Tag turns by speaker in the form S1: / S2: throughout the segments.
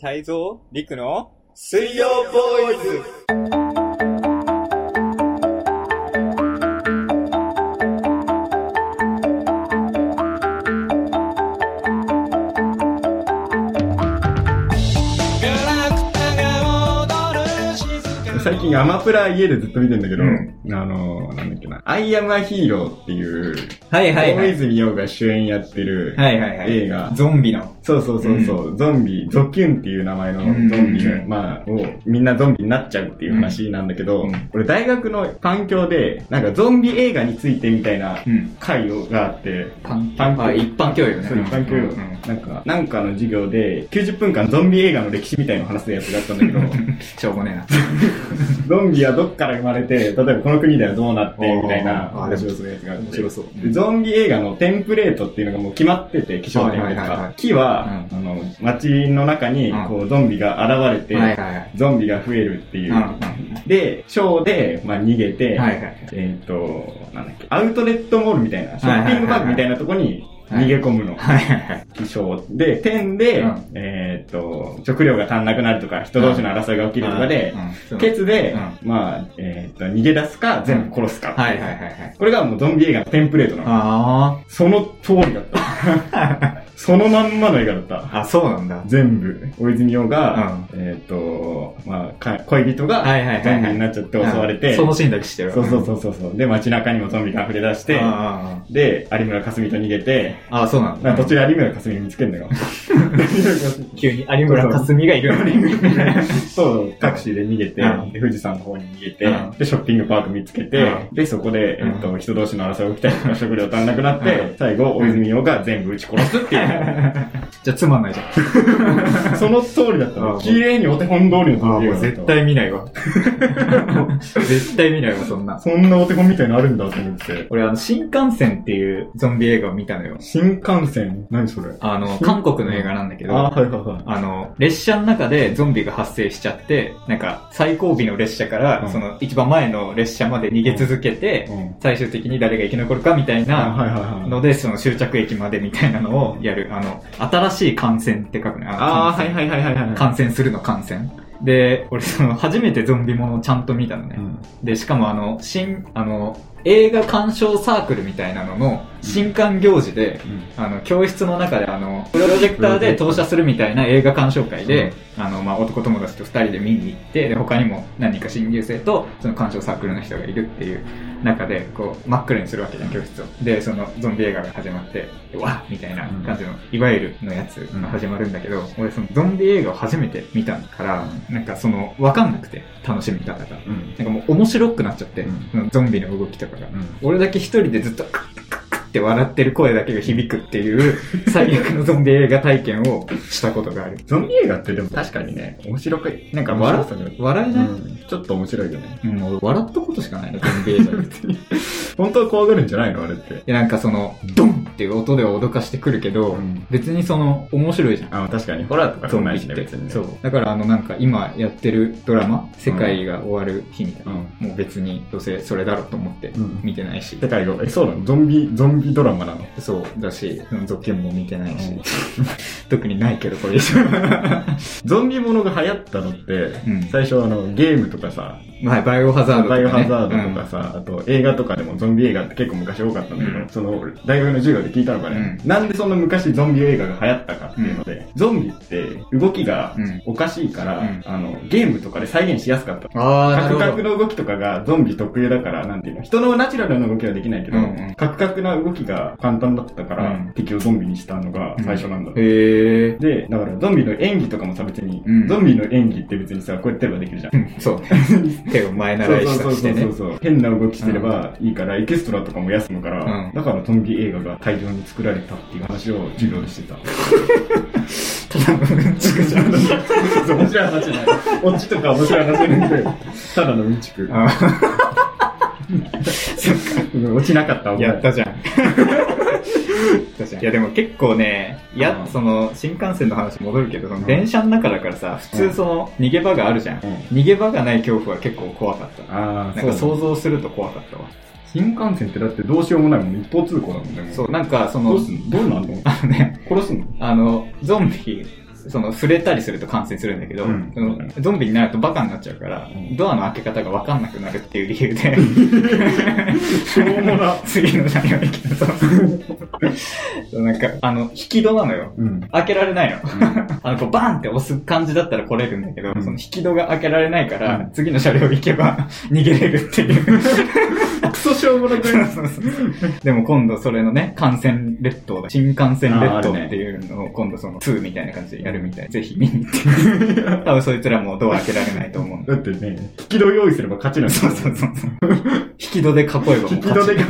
S1: 泰造陸の水曜ボーイズ
S2: 最近アマプラ家でずっと見てんだけど、
S1: うん
S2: あの、なんだっけな、アイアムアヒーローっていう、
S1: はいはいは
S2: 大
S1: い。
S2: 泉洋が主演やってる、
S1: はいはいはい。
S2: 映画
S1: ゾンビの。
S2: そうそうそうそう、ゾンビ、ゾキュンっていう名前のゾ
S1: ん
S2: ンビ、
S1: うん
S2: まあ、をみんなゾンビになっちゃうっていう話なんだけど、
S1: うん
S2: 俺大学の環境で、なんかゾンビ映画についてみたいな
S1: うん。
S2: 会をがあって、
S1: パン
S2: パン
S1: あ一般教養ね
S2: そう、一般教
S1: うんうん
S2: 養。なんか、なんかの授業で、90分間ゾンビ映画の歴史みたいなのを話すやつがあったんだけど、
S1: しょうもね
S2: ゾンビはどっから生まれて、例えばこの国 ではどうなって、みたいな
S1: あー
S2: 話をするやつがあって
S1: 面白そう
S2: でゾンビ映画のテンプレートっていうのがもう決まってて、気象点と
S1: はいはいはいはい
S2: か。木は、
S1: う
S2: あの、街の中に
S1: うん、
S2: こう、ゾンビが現れ
S1: えな。はい
S2: て、
S1: はいはい。
S2: ゾンビが増えるっていうう。で、ショーで、まあ、逃げて、
S1: んはいはい。
S2: えっと、なんだっけ、アウトレットモールみたいな、ショッピングパークみたいなとこに逃げ込むの。
S1: はいはいはい。
S2: 気象で、点で、
S1: うん
S2: えっと、食料が足んなくなるとか、人同士の争いが起きるとかで、
S1: うん
S2: ケツで、
S1: う
S2: まあ、えーっと、逃げ出すか、全部殺すか。
S1: はいはいはいはい。
S2: これがもうゾンビ映画のテンプレートなの。
S1: あ
S2: その通り だった。そのまんまの映画だった。
S1: あ。あ、そうなんだ。は
S2: 全部、大泉洋が、えーっと、まあか、恋人
S1: い
S2: が、
S1: はいはい。
S2: ゾンビになっちゃって襲われて、
S1: そのシーンだけ知ってる。
S2: そうそう
S1: う。
S2: そうそうそう。で、街中にもゾンビが溢れ出して、
S1: あ
S2: で、有村架純と逃げて、
S1: あ、ああ、そうなん
S2: な
S1: だ。
S2: んか途中で有村架純見つけん だよ。
S1: 急に有村架純がいるのに。
S2: そう、タクシーで逃げて、
S1: うん
S2: で富士山の方に逃げて、
S1: うん
S2: で、ショッピングパーク見つけて、
S1: う
S2: で、そこで、えっと、
S1: う
S2: 人同士の争いが起きたりとか、食料足んなくなって、
S1: う
S2: 最後、大泉洋が全部撃ち殺すっていう、
S1: じゃあつまんないじゃん。
S2: その通りだったの。
S1: あ
S2: 綺麗にお手本通り
S1: あ
S2: の
S1: あ、
S2: 映
S1: もう
S2: 画だった
S1: 絶。対見ないわ。 絶対見ないわ、そんな。
S2: そんなお手本みたいなのあるんだと思って。
S1: 俺、あの、新幹線っていうゾンビ映画を見たのよ。
S2: 新幹線何それ
S1: あの、韓国の映画なんだけど、
S2: あー、はいはいはい。
S1: あの、列車の中でゾンビが発生しちゃって、なんか、最後尾の列車から、
S2: うん
S1: その、一番前の列車まで逃げ続けて、
S2: うん。
S1: 最終的に誰が生き残るかみたい
S2: あ、
S1: な
S2: はいはいはい。
S1: ので、その終着駅までみたいなのをやる。あの、新しい感染って書くね。の
S2: あー、
S1: 感
S2: はい
S1: 染
S2: はいはいはいはい。
S1: 感染するの感染。で、俺その、初めてゾンビものをちゃんと見たのね。
S2: うん
S1: で、しかもあの、新、あの、映画鑑賞サークルみたいなのの、新刊行事で、あの、教室の中であの、プロジェクターで投射するみたいな映画鑑賞会で、あの、まあ、男友達と二人で見に行って、で、他にも何人か新入生と、その鑑賞サークルの人がいるっていう中で、こう、真っ暗にするわけじゃん、教室を。で、その、ゾンビ映画が始まって、でわっみたいな感じの、いわゆるのやつが始まるんだけど、俺その、ゾンビ映画を初めて見たから、なんかその、わかんなくて、楽しみ方が。
S2: うん。うん
S1: なんかもう面白くなっちゃって、
S2: うん
S1: そのゾンビの動きとかが。
S2: うん
S1: 俺だけ一人でずっとクックックックッって笑ってる声だけが響くっていう最悪のゾンビ映画体験をしたことがある。
S2: ゾンビ映画ってでも確かにね、面白く、なんか笑ったけど、
S1: 笑えない、うん
S2: うんちょっと面白いよね。
S1: 俺笑ったことしかないな、ゾンビ映画 で。い
S2: 本当は怖がるんじゃないのあれって。
S1: やなんかその、ドンっていう音では脅かしてくるけど、
S2: うん
S1: 別にその、面白いじゃん。
S2: あ、確かに。ホラーとか
S1: ゾ
S2: そ
S1: ン
S2: ん
S1: ビ
S2: ない
S1: っ、
S2: してね、別にね。
S1: そう。。だからあのなんか今やってるドラマ、世界が終わる日みたいな。
S2: うん。
S1: もう別にどうせそれだろうと思って
S2: うん
S1: 見てないし。
S2: 世界が、え、そうなのゾンビ、ゾンビドラマなの。
S1: そうだし、続編も見てないし、
S2: うん
S1: 特にないけど、これ以上。は
S2: ゾンビものが流行ったのって、
S1: ん
S2: 最初あの、ゲームとかさ、
S1: い、バイオハザードとか、
S2: バ
S1: ね。
S2: イオハザードとかさ、あと映画とかでもゾンビ映画って結構昔多かったんだけど、
S1: うん
S2: その、俺大学の授業で聞いたのがね、
S1: う
S2: なんでそんな昔ゾンビ映画が流行ったかっていうので、ゾンビって動きが
S1: うん
S2: おかしいから、
S1: うん
S2: あの、ゲームとかで再現しやすかった。
S1: うんああ、な
S2: カ
S1: る
S2: ク
S1: ほ
S2: カク
S1: ど。
S2: の動きとかがゾンビ特有だから、なんていうの、人のナチュラルな動きはできないけど、
S1: うんうん
S2: カクカクな動きが簡単だったから、
S1: うん
S2: 敵をゾンビにしたのが最初なんだ。
S1: へえ。
S2: で、だからゾンビの演技とかもさ、別に、
S1: うん
S2: ゾンビの演技って別にさ、こうやってればできるじゃん。
S1: うん そうね。手を前習いした
S2: そう
S1: りし
S2: そ
S1: て
S2: うそう
S1: ね。
S2: そう。変な動きしてればいいから、エキストラとかも休むから、
S1: うん
S2: だからゾンビ映画が大量に作られたっていう話を授業 でしてた。
S1: ただのうんちくじゃん。
S2: そう面白い話じゃない。 オチとか面白い話じゃなくて、ただのうんちく。
S1: あー
S2: うん落ちなかった、
S1: やった じゃん。やったじゃんいやでも結構ね、いうや
S2: ん、
S1: その、新幹線の話戻るけど、そ
S2: うん
S1: の電車の中だからさ、普通その、逃げ場があるじゃん。
S2: うん
S1: 逃げ場がない恐怖は結構怖かった。
S2: ああ、
S1: なんか
S2: そう
S1: 想像すると怖かったわ。
S2: 新幹線ってだってどうしようもないもんね。一方通行だもんね。も
S1: そう、なんかそ
S2: ど
S1: の
S2: う、すんのどうなんの
S1: あのね、
S2: 殺すの
S1: あの、ゾンビその、触れたりすると感染するんだけど、
S2: うん
S1: そのゾンビになるとバカになっちゃうから、
S2: うん
S1: ドアの開け方がわかんなくなるっていう理由で、
S2: しょうもな。
S1: 次の車両行きなさいそう。なんか、あの、引 き戸なのよ。
S2: うん。
S1: 開けられないの。
S2: うん
S1: あの、こう、バンって押す感じだったら来れるんだけど、
S2: うん
S1: その引き戸が開けられないから、
S2: うん
S1: 次の車両行けば 逃げれるっていう。
S2: クソしょうもなく
S1: そうそうそう でも今度それのね、感染列島だ。新幹線
S2: あーあ
S1: 列
S2: る
S1: 島
S2: ね
S1: っていうのを今度その2みたいな感じでやるみたい。ぜひ見に行 って。多分そいつらもうドア開けられないと思うんで
S2: だってね、引き戸用意すれば勝ちなん
S1: そうそうそうそう。引き戸で囲えばもう
S2: 引き
S1: 勝
S2: 戸で、
S1: ち。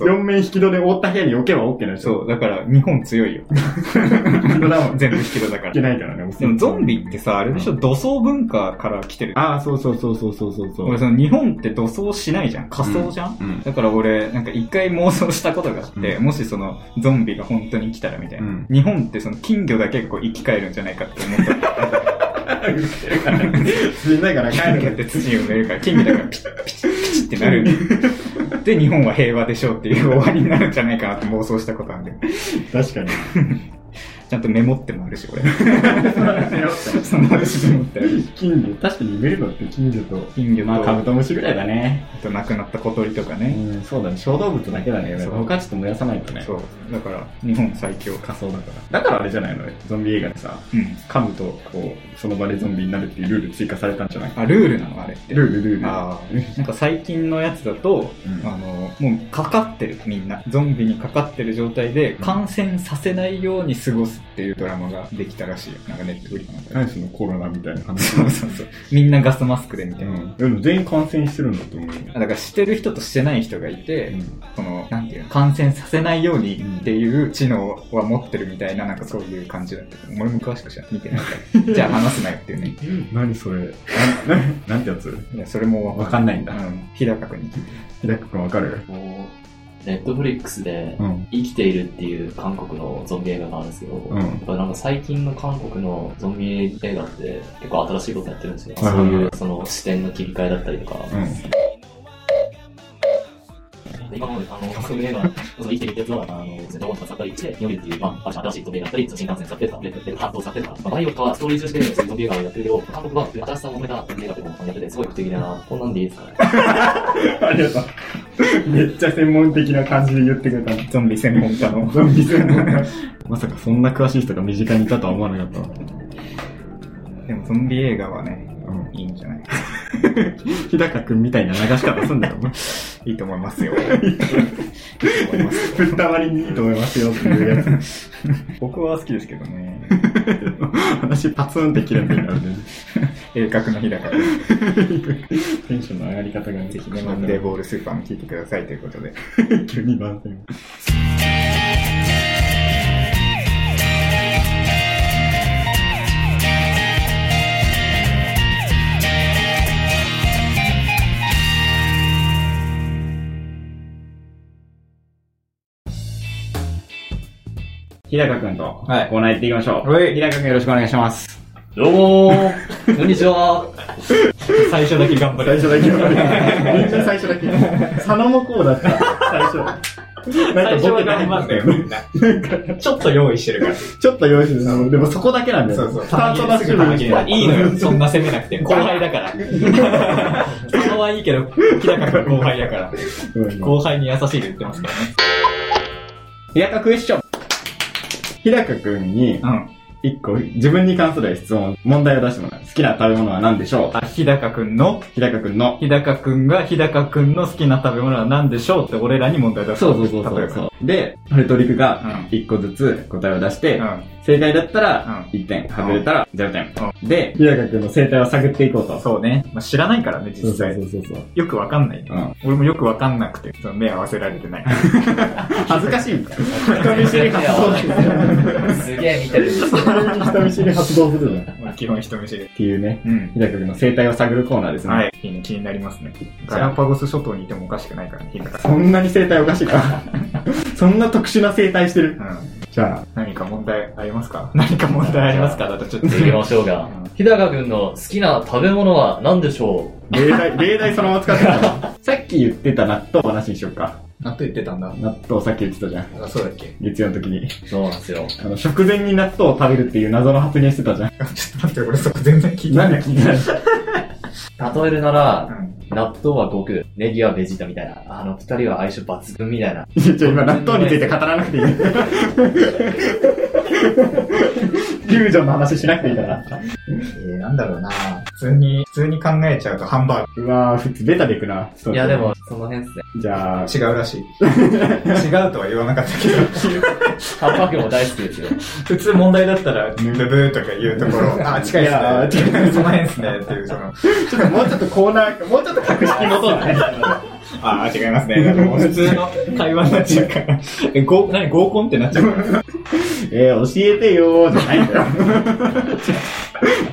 S2: 4面引き戸で覆った部屋に置けば OK なんでしょ。
S1: そう、だから日本強いよ。
S2: 引き戸だもん。い
S1: 全部引き戸だから
S2: け。ないからね、
S1: でもゾンビってさ、あれでしょ、土葬文化から来てる。
S2: ああ、そうそうそうそうそう そうそう。
S1: 俺その日本って土葬しないじゃん。仮葬じゃん、
S2: うん。
S1: だから俺、なんか一回妄想したことがあって、
S2: うん
S1: もしそのゾンビが本当に来たらみたいな。
S2: うん
S1: 日本ってその金魚だけがこう生き返るんじゃないかって思 った。
S2: 死んないから
S1: 金
S2: 帰
S1: 魚っ
S2: る
S1: て土に埋めるから、金魚だからピチッピチッピチッってなる。で、日本は平和でしょうっていう終わりになるんじゃないかなって妄想したことあるんだよ。
S2: 確かに。
S1: ちゃんとメモってもあるし、俺。 そ
S2: そ
S1: の話メモってある。
S2: 金魚、確かに埋めるのって金魚と、
S1: 金魚
S2: まあカブ
S1: と、
S2: トムシぐらいだね。
S1: あと亡くなった小鳥とかね。
S2: うん、そうだね。小動物だけだね。
S1: そう
S2: 他ちょっと燃やさないとね。
S1: そう。だから、日本最強か。
S2: 仮想だから。だからあれじゃないのゾンビ映画でさ、
S1: うん。
S2: 噛むと、こう、その場でゾンビになるっていうルール追加されたんじゃない
S1: あ、ルールなのあれって。
S2: ルール、ルール。
S1: あーなんか最近のやつだと、
S2: うん
S1: あの、もうかかってる、みんな。ゾンビにかかってる状態で、感染させないように過ごすっていうドラマができたらしいよ。なんかネットフリかなんかで
S2: 何そのコロナみたいな話。
S1: そうそうそう。みんなガスマスクでみた
S2: う
S1: いな。
S2: ん。でも全員感染してるんだと思うよ。
S1: だからしてる人としてない人がいて、
S2: うん
S1: その、なんていうの、感染させないようにっていう知能は持ってるみたいな、なんかそういう感じだった。俺も詳しく知らん見てない から。じゃあ話すなよっていうね。
S2: 何それ。な、ななんてやつ
S1: いや、それも
S2: わかんないんだ
S1: うん。日高君に聞いて。
S2: ひだくくんわかる
S3: もう、ネットフリックスで、
S2: うん。
S3: 生きているっていう韓国のゾンビ映画があるんですけど、
S2: うん
S3: やっぱなんか最近の韓国のゾンビ映画って結構新しいことやってるんですよ。
S2: はいはいはい
S3: そういうその視点の切り替えだったりとか。
S2: う
S3: 今まであの韓国映画、その生きているってやつは、あの、ドーンとかさったりして、日本っていう、まあ、新しいゾンビ映画だったり、新幹線使ってた、レッドで担当使ってた、まあ、バイオとかはストーリー重視でそういうゾンビ映画をやってるけど、韓国は新しさを込めたゾンビ映画っていうのをやってて、すごい不敵だな。こんなんでいいですかね。
S2: ん。ありがとう。 めっちゃ専門的な感じで言ってくれたの。
S1: ゾンビ専門家の。
S2: ゾンビ専門家。 まさかそんな詳しい人が身近にいたとは思わなかったわ。
S1: でもゾンビ映画はね、
S2: うん。
S1: いいんじゃない
S2: 日高くんみたいな流し方すんだ よ。
S1: いいと思いますよ。いいと思いますよ。
S2: ぶったまりにいいと思いますよっていうやつ。
S1: 僕は好きですけど ね。
S2: 話パツンって切れてるからね。
S1: 鋭角の日高君。
S2: テンションの上がり方がね
S1: ぜひね、マンデーボールスーパーも聞いてくださいということで。
S2: 急に満点。日高くんと、
S1: はい
S2: コーナー行っていきましょう。
S1: はい
S2: 日高くんよろしくお願いします。
S3: どうもーこんにち は
S1: 最初だけ頑張
S2: 最初だけ。みんな最初だけ。佐野もこうだった。最初。なんかボケないんだよね。
S1: んな。ちょっと用意してるから。
S2: ちょっと用意してたの。でもそこだけなんだよ。
S1: そうそう
S2: スタートダッシュだけ。
S1: そんな責めなくて。後輩だから。そのはいいけど、日高君後輩だから。
S2: うん
S1: 輩に優しいと言ってますからね。
S2: 日高クエスチョン。日高くんに、
S1: うん。
S2: 一個、自分に関する質問、問題を出してもらう。好きな食べ物は何でしょう
S1: あ、日高くんの、
S2: 日高くんの。
S1: 日高くんが日高くんの好きな食べ物は何でしょうって俺らに問題出す。例えば。
S2: う。で、フレトリクが
S1: う、
S2: 一個ずつ答えを出して、
S1: うん。
S2: 正解だった
S1: う
S2: ら、
S1: ん
S2: 1点、外れたら0点。で、日高くんの生態を探っていこうと。
S1: そうね。まあ、知らないからね、
S2: そ
S1: 実
S2: うそう
S1: 際
S2: そ。うそうそう。
S1: よくわかんない。
S2: うん。
S1: 俺もよくわかんなくて、その目合わせられてない。
S2: 恥ずかしいみたいな。人見知り発動する。
S3: すげえ見てる。
S2: 人見知り発動するな。っ
S1: まあ基本人見知り。
S2: ていうね、
S1: うん。
S2: 日高くんの生態を探るコーナーですね。
S1: はい。いいね気になりますね。ガラパゴス諸島にいてもおかしくないからね、日高
S2: そんなに生態おかしいかそんな特殊な生態してる。
S1: うん。
S2: じゃあ、
S1: 何か問題ありますか何か問題ありますかだとちょっと。
S3: 行きましょうが。日高くんの好きな食べ物は何でしょう
S2: 例題、例題そのまま使ってたのさっき言ってた納豆話にしようか。
S1: 納豆言ってたんだ。
S2: 納豆さっき言ってたじゃん。
S1: あ、そうだっけ
S2: 月曜の時に。
S4: そうなんですよ。
S2: あの、食前に納豆を食べるっていう謎の発言してたじゃん。
S1: あちょっと待って、俺そこ全然聞いて
S2: な
S1: ない。
S2: んで聞いてない
S5: 例えるなら、
S1: うん
S5: 納豆は悟空、ネギはベジータみたいな、あの二人は相性抜群みたいな。
S2: いや、ちょ、今納豆について語らなくていい。 フュージョンの話しなくていいから。
S1: えー、なんだろうな普通に、普通に考えちゃうとハンバー
S2: うわぁ、普通ベタでいくな。
S5: いやで。も、その辺っすね。
S2: じゃあ
S1: ガ、ー。違うらしい。 違うとは言わなかったけど、
S5: ハンバーグも大好きですよ。
S1: 普通問題だったら、ブブーとか言うところ、 あ、近い
S2: いや
S1: っすね。 違う、その辺っすね。っていう、その、
S2: ちょっともうちょっとコーナー、もうちょっと格式のとだね。
S1: あー、違いますね。なんかもう普通の会話になっちゃうから。え、合、 何合コンってなっちゃうから。
S2: えー、教えてよーじゃないんだよ。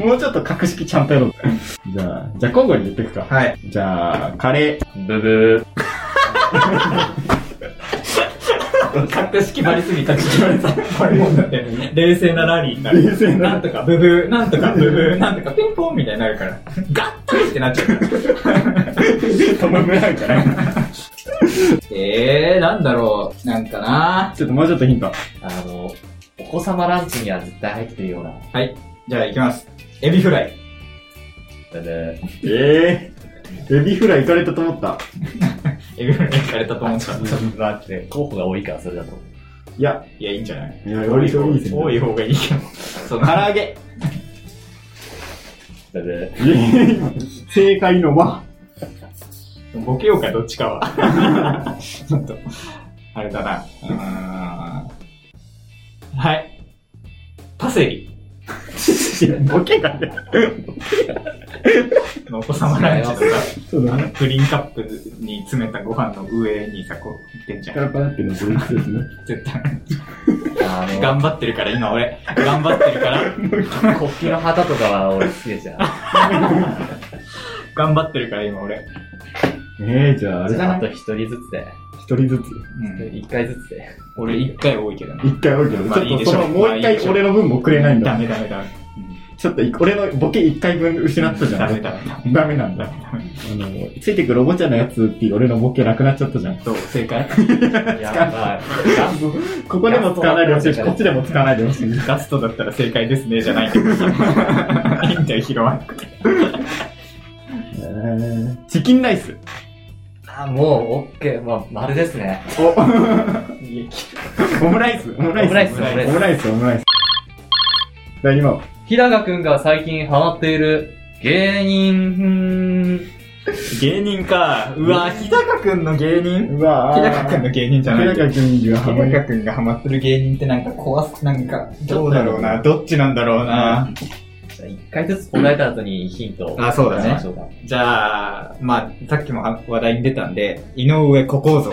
S2: もうちょっと格式ちゃんとやろう。じゃあ、じゃあ今後に言っていくか。
S1: はい。
S2: じゃあ、カレ
S5: ブブ
S6: 格式張りすぎた。
S1: これもうだって、冷静なラリーになる。
S2: 冷静な
S1: なんとかブブー、なんとかブブー、なんとかピンポンみたいになるから、ガッとってなっちゃうから。
S2: ー。トム・ブラウンかな。
S6: えー、なんだろう。なんかな
S2: ちょっともうちょっとヒント。
S5: あの、お子様ランチには絶対入ってるような。
S1: はい。じゃあ行きます。エビフライ。
S5: ブブー。
S2: えー。エビフライ行かれたと思った。
S1: エビフライ行かれたと思った。
S5: 待って、候補が多いからそれだと。
S2: いや、
S1: いや、いいんじゃない
S2: いや、より
S1: 方
S2: いいですね。
S1: 多い方がいいけど。その、唐揚げ。
S5: ブブー。
S2: 正解のは、
S1: ボケようか、どっちかは。 ちょっと、あれだな。うーん。はい。パセリ
S2: ボケがね。
S1: のお子様ランチのさ、
S2: そう
S1: あ
S2: だ
S1: の
S2: ね。
S1: プリンカップに詰めたご飯の上にさ、こう、いってんじゃ
S2: パ
S1: ん。
S2: ラパラっていうのはそういうことですね。
S1: 絶対。
S5: あ の、
S1: 頑張ってるから、今俺。頑張ってるから、
S5: 国旗の旗とかは俺好きでじゃん。
S1: 頑張ってるから、今俺。
S2: えー、じゃあ、あれ
S5: じ
S2: だ
S5: ゃあ、あ
S2: な。
S5: と一人ずつで。
S2: 一人ずつ。
S1: うん。
S5: 一回ずつで。
S1: 俺一回多いけどね。
S2: 一回多いけど、
S1: まあ
S2: ちょっ
S1: いいで
S2: と
S1: し
S2: そ
S1: ょう
S2: の、もう一回俺の分もくれないんだ
S1: ダ。メダメダメ。
S2: ちょっとい、俺のボケ一回分失ったじゃ
S1: ダ
S2: ん。
S1: メダメダメ。
S2: ダメなんだ。あの、ついてくロボちゃんのやつっていう俺のボケなくなっちゃったじゃん。
S1: どう正解
S5: やばい。ガン
S2: ここでも使わないでほしいし、こっちでも使わないでほしい。
S1: ガストだったら正解ですね、じゃないけど。 いいんだよ、拾わなくて。
S2: えーチキンライス。
S5: あ、もう、オッケー。まあ、丸ですね。
S2: おオムライス。オムライス。
S5: オムライスオムライス
S2: オムライス、オムライス。じゃあ今、
S5: ひらがくんが最近ハマっている芸人、
S1: 芸人か。うわ、日高くんの芸人
S2: うわ
S1: 日
S2: ぁ。
S1: 高くんの芸人じゃない
S2: 平
S1: けど
S2: 川君がハマ
S1: 日
S2: り
S1: 高くんがハマってる芸人ってなんか怖す、なんか、どうだろうな。どっちなんだろうな。
S5: じゃあ、一回ずつ答えた後にヒントを。
S1: あそうだね
S5: 出しましょうか
S1: じゃあ、まあ、さっきも話題に出たんで、井上小構造。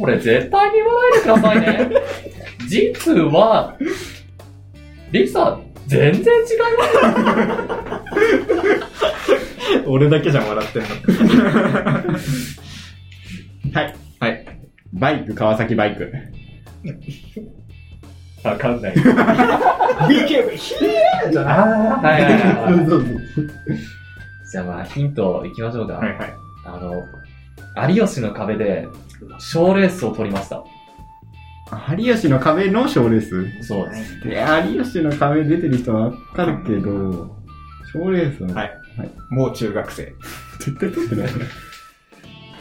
S5: これ絶対に言わないでください ね。実は、リサ、全然違います。
S1: 俺だけじゃ笑ってんの。
S2: はい。
S1: はい。
S2: バイク、川崎バイク。
S5: わかんない。はい
S1: BK、ひーじゃない
S5: はいはいはい。
S2: そう そう
S5: じゃあまあヒントいきましょうか。
S1: はいはい。
S5: あの、有吉の壁で、賞レースを取りました。
S2: そう有吉の壁の賞レース。
S5: そうです。
S2: で、有吉の壁出てる人はわかるけど、賞レース
S1: は
S2: はい
S1: もう中学生。
S2: 絶対取ってない。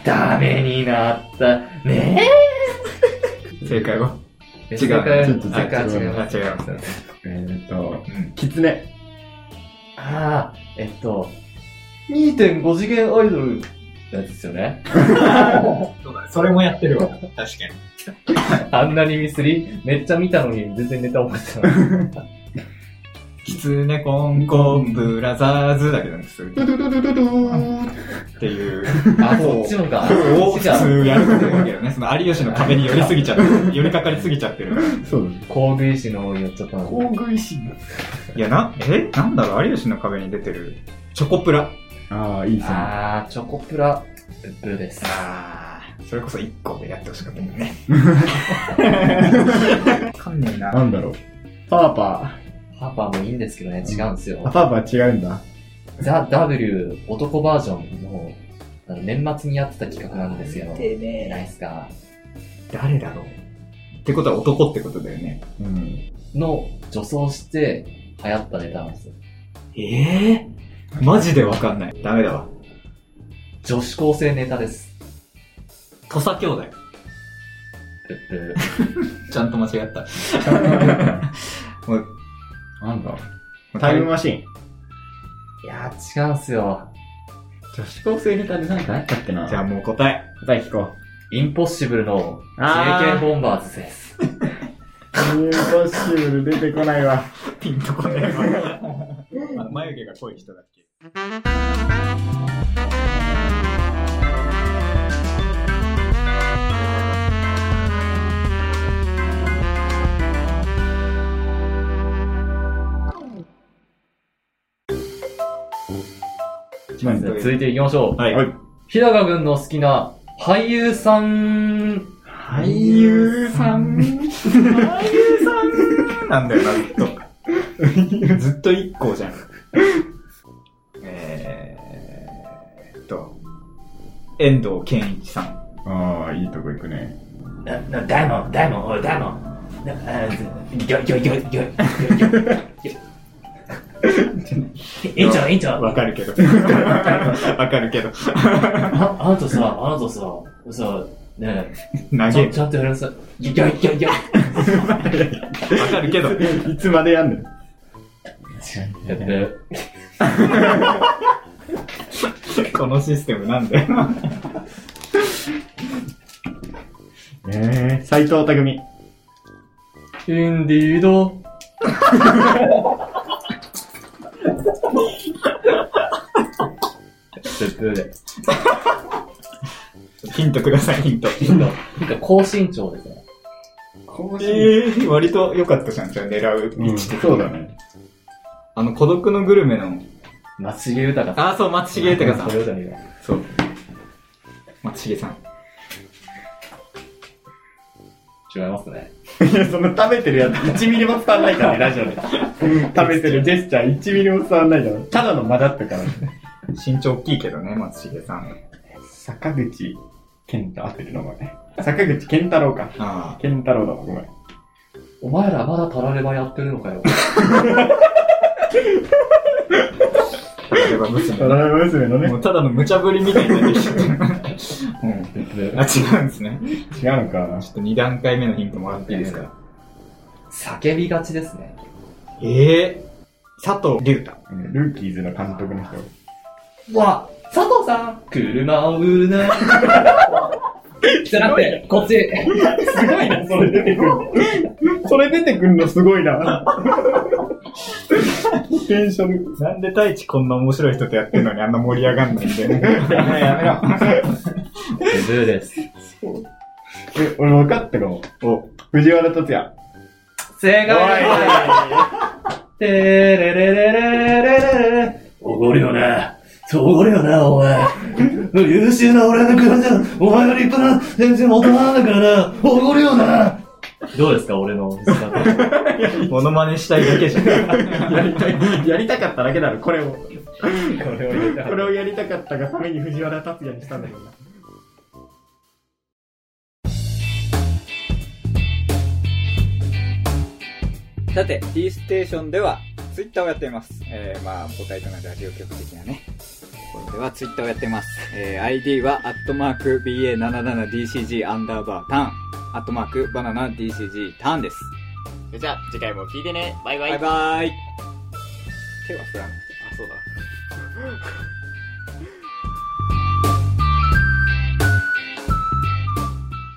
S5: ダメになった。ね
S1: 正解は
S5: え
S1: 違う
S5: 違
S2: ちょっ
S5: う
S2: と
S5: 正解
S2: 違
S5: 違
S2: う
S5: います。
S1: あ違う
S2: えーっと、
S1: うん。
S2: キツネ。
S5: ああ、えっと、2.5次元アイドルのやつですよね。
S1: そうだね。それもやってるわ。確かに。
S5: あんなにミスり、めっちゃ見たのに全然ネタ覚えてない。
S1: キツネコンコンブラザーズだけどね、それ
S2: ド
S1: っ
S2: ゥドゥドゥドゥドー
S1: ていう。
S5: あ、そっちのか。
S1: を
S5: そ
S1: 普
S5: っちか。
S1: 通やると思うけどね、その有吉の壁に寄りすぎちゃ って、寄りかかりすぎちゃってるから。
S2: ンそうだね。
S5: 工具石の方に寄っちゃったの。
S2: 大食いし。
S1: いや、な、えなんだろう、有吉の壁に出てる。チョコプラ。
S2: ああ、いいですね。
S5: あー、チョコプラ、ブッブーです。
S1: あー、それこそ1個でやってほしかったもんね。わかんねえ
S2: な
S1: な。
S2: んだろう。パーパ
S5: パパもいいんですけどね、違うんです
S2: ー。あ
S5: よ。
S2: パーパー違うんだ。
S5: ザ・ W 男バージョンのあの年末にやってた企画なんですよ。
S1: て
S5: えない
S1: ね
S5: っすか。
S1: 誰だろうってことは男ってことだよね。
S2: うん。
S5: の女装して流行ったネタなんですよ。
S1: ええマジでわかんない。ダメだわ。
S5: 女子高生ネタです。
S1: 土佐兄弟。
S5: プップ
S1: ちゃんと間違った。
S2: なんだタイムマシン。
S5: いやー違うんすよ。
S2: 女子高生ネタで何かあったっけな
S1: じゃあもう答え。
S2: 答え聞こ
S5: インポッシブルの
S2: あー
S5: JK ボンバーズです。
S2: う。インポッシブル出てこないわ。
S1: ピンとこないわ。あの眉毛が濃い人だっけ
S2: 一枚
S1: そう
S5: 続いていきましょう。
S1: はい
S2: はい。
S5: 日高くんの好きな俳優さん。
S2: 俳
S1: 俳優さん。俳優さんなんだよな、ずっと。ずっと一個じゃん。 えーっと、遠藤健一さん。
S2: ああ、いいとこ行くね。
S3: な、な、大門、大門、おい、大門。な、あ、ぎょ、ぎょ、ぎょ、ぎょ、ぎょ、ぎ ょ。院長、院長。
S1: わかるけど。 わかるけど。
S3: あ、あなたさ、あなたさ、さ、ねえ、ち
S1: 投
S3: ゃ
S1: げ
S3: んちゃんとやりなさい。ぎょ、ぎょ、ぎょ。
S1: る。わかるけど。
S2: いつまでやんのよ
S5: やって。
S1: このシステムなんだ よ。
S2: ええ、斎藤匠。
S5: インディード。プップで。
S1: ヒントください、ヒント。
S5: ヒント。ヒント、高身長ですね。
S1: えー、割と良かったじゃん、じゃあ狙う位置的に
S2: そうだね。
S1: あの、孤独のグルメの。
S5: 松重豊さん。
S1: ああ、そう、松重豊さん
S5: そ。れぞれが
S1: そう。松重さん。
S5: 違いますね。
S2: いや、その食べてるやつ1ミリも伝わんないからね、ラジオ で。食べてるジェスチャー1ミリも伝わんないから。ただの間だったから。
S1: 身長大きいけどね、松重さん。
S2: 坂口健太合ってる名前。坂口健太郎か。
S1: あ
S2: 健太郎だわ、ごめん。
S5: お前らまだタラレバやってるのかよ。
S1: あ、例えば娘
S2: た。だの娘のね。
S1: もうただの無茶ぶりみたいになってき てる。うん。あ、違うんですね。
S2: 違うのか
S1: ちょっと2段階目のヒントもらっていいですか
S5: 叫びがちですね。
S1: ええー、佐藤隆太。
S2: ルーキーズの監督の人。
S5: わ、佐藤さん車を売る な。じゃなくて、こっち。
S2: すごいな、 それ出てくる。それ出てくるのすごいな。ポ テンシャル。
S1: なんで太一こんな面白い人とやってるのにあんな盛り上がんないん だよね。
S2: やめろやめろ。
S5: ブーです。
S2: え、俺分かったかも。お、藤原達也。
S5: 正解てれれれれれれれ。
S3: おごるよな。そう、おごるよな、お前。優秀な俺の車じゃん。お前が立派な、全然大人なんだからな。おごるよな。
S5: どうですか、俺の息子って。
S1: モノマネしたいだけじゃん。
S2: やりたい、やりたかっただけだろ、これを。
S5: これを言いたか
S2: こ
S5: っ
S2: れをやりたかったがために藤原達也にしたんだけどな。
S1: さて、T ステーションでは、ツイッターをやっています。えー、まあ、答えとなるラジオ局的なね。ところでは、ツイッターをやってます。えー、ID は、アットマーク、BA77DCG アンダーバーターン、アットマーク、バナナ DCG ターンです。
S7: それじゃあ次回も聞いてねバイバ
S1: バ
S7: イ
S1: イバイ。手は振らない。あ、そうだ。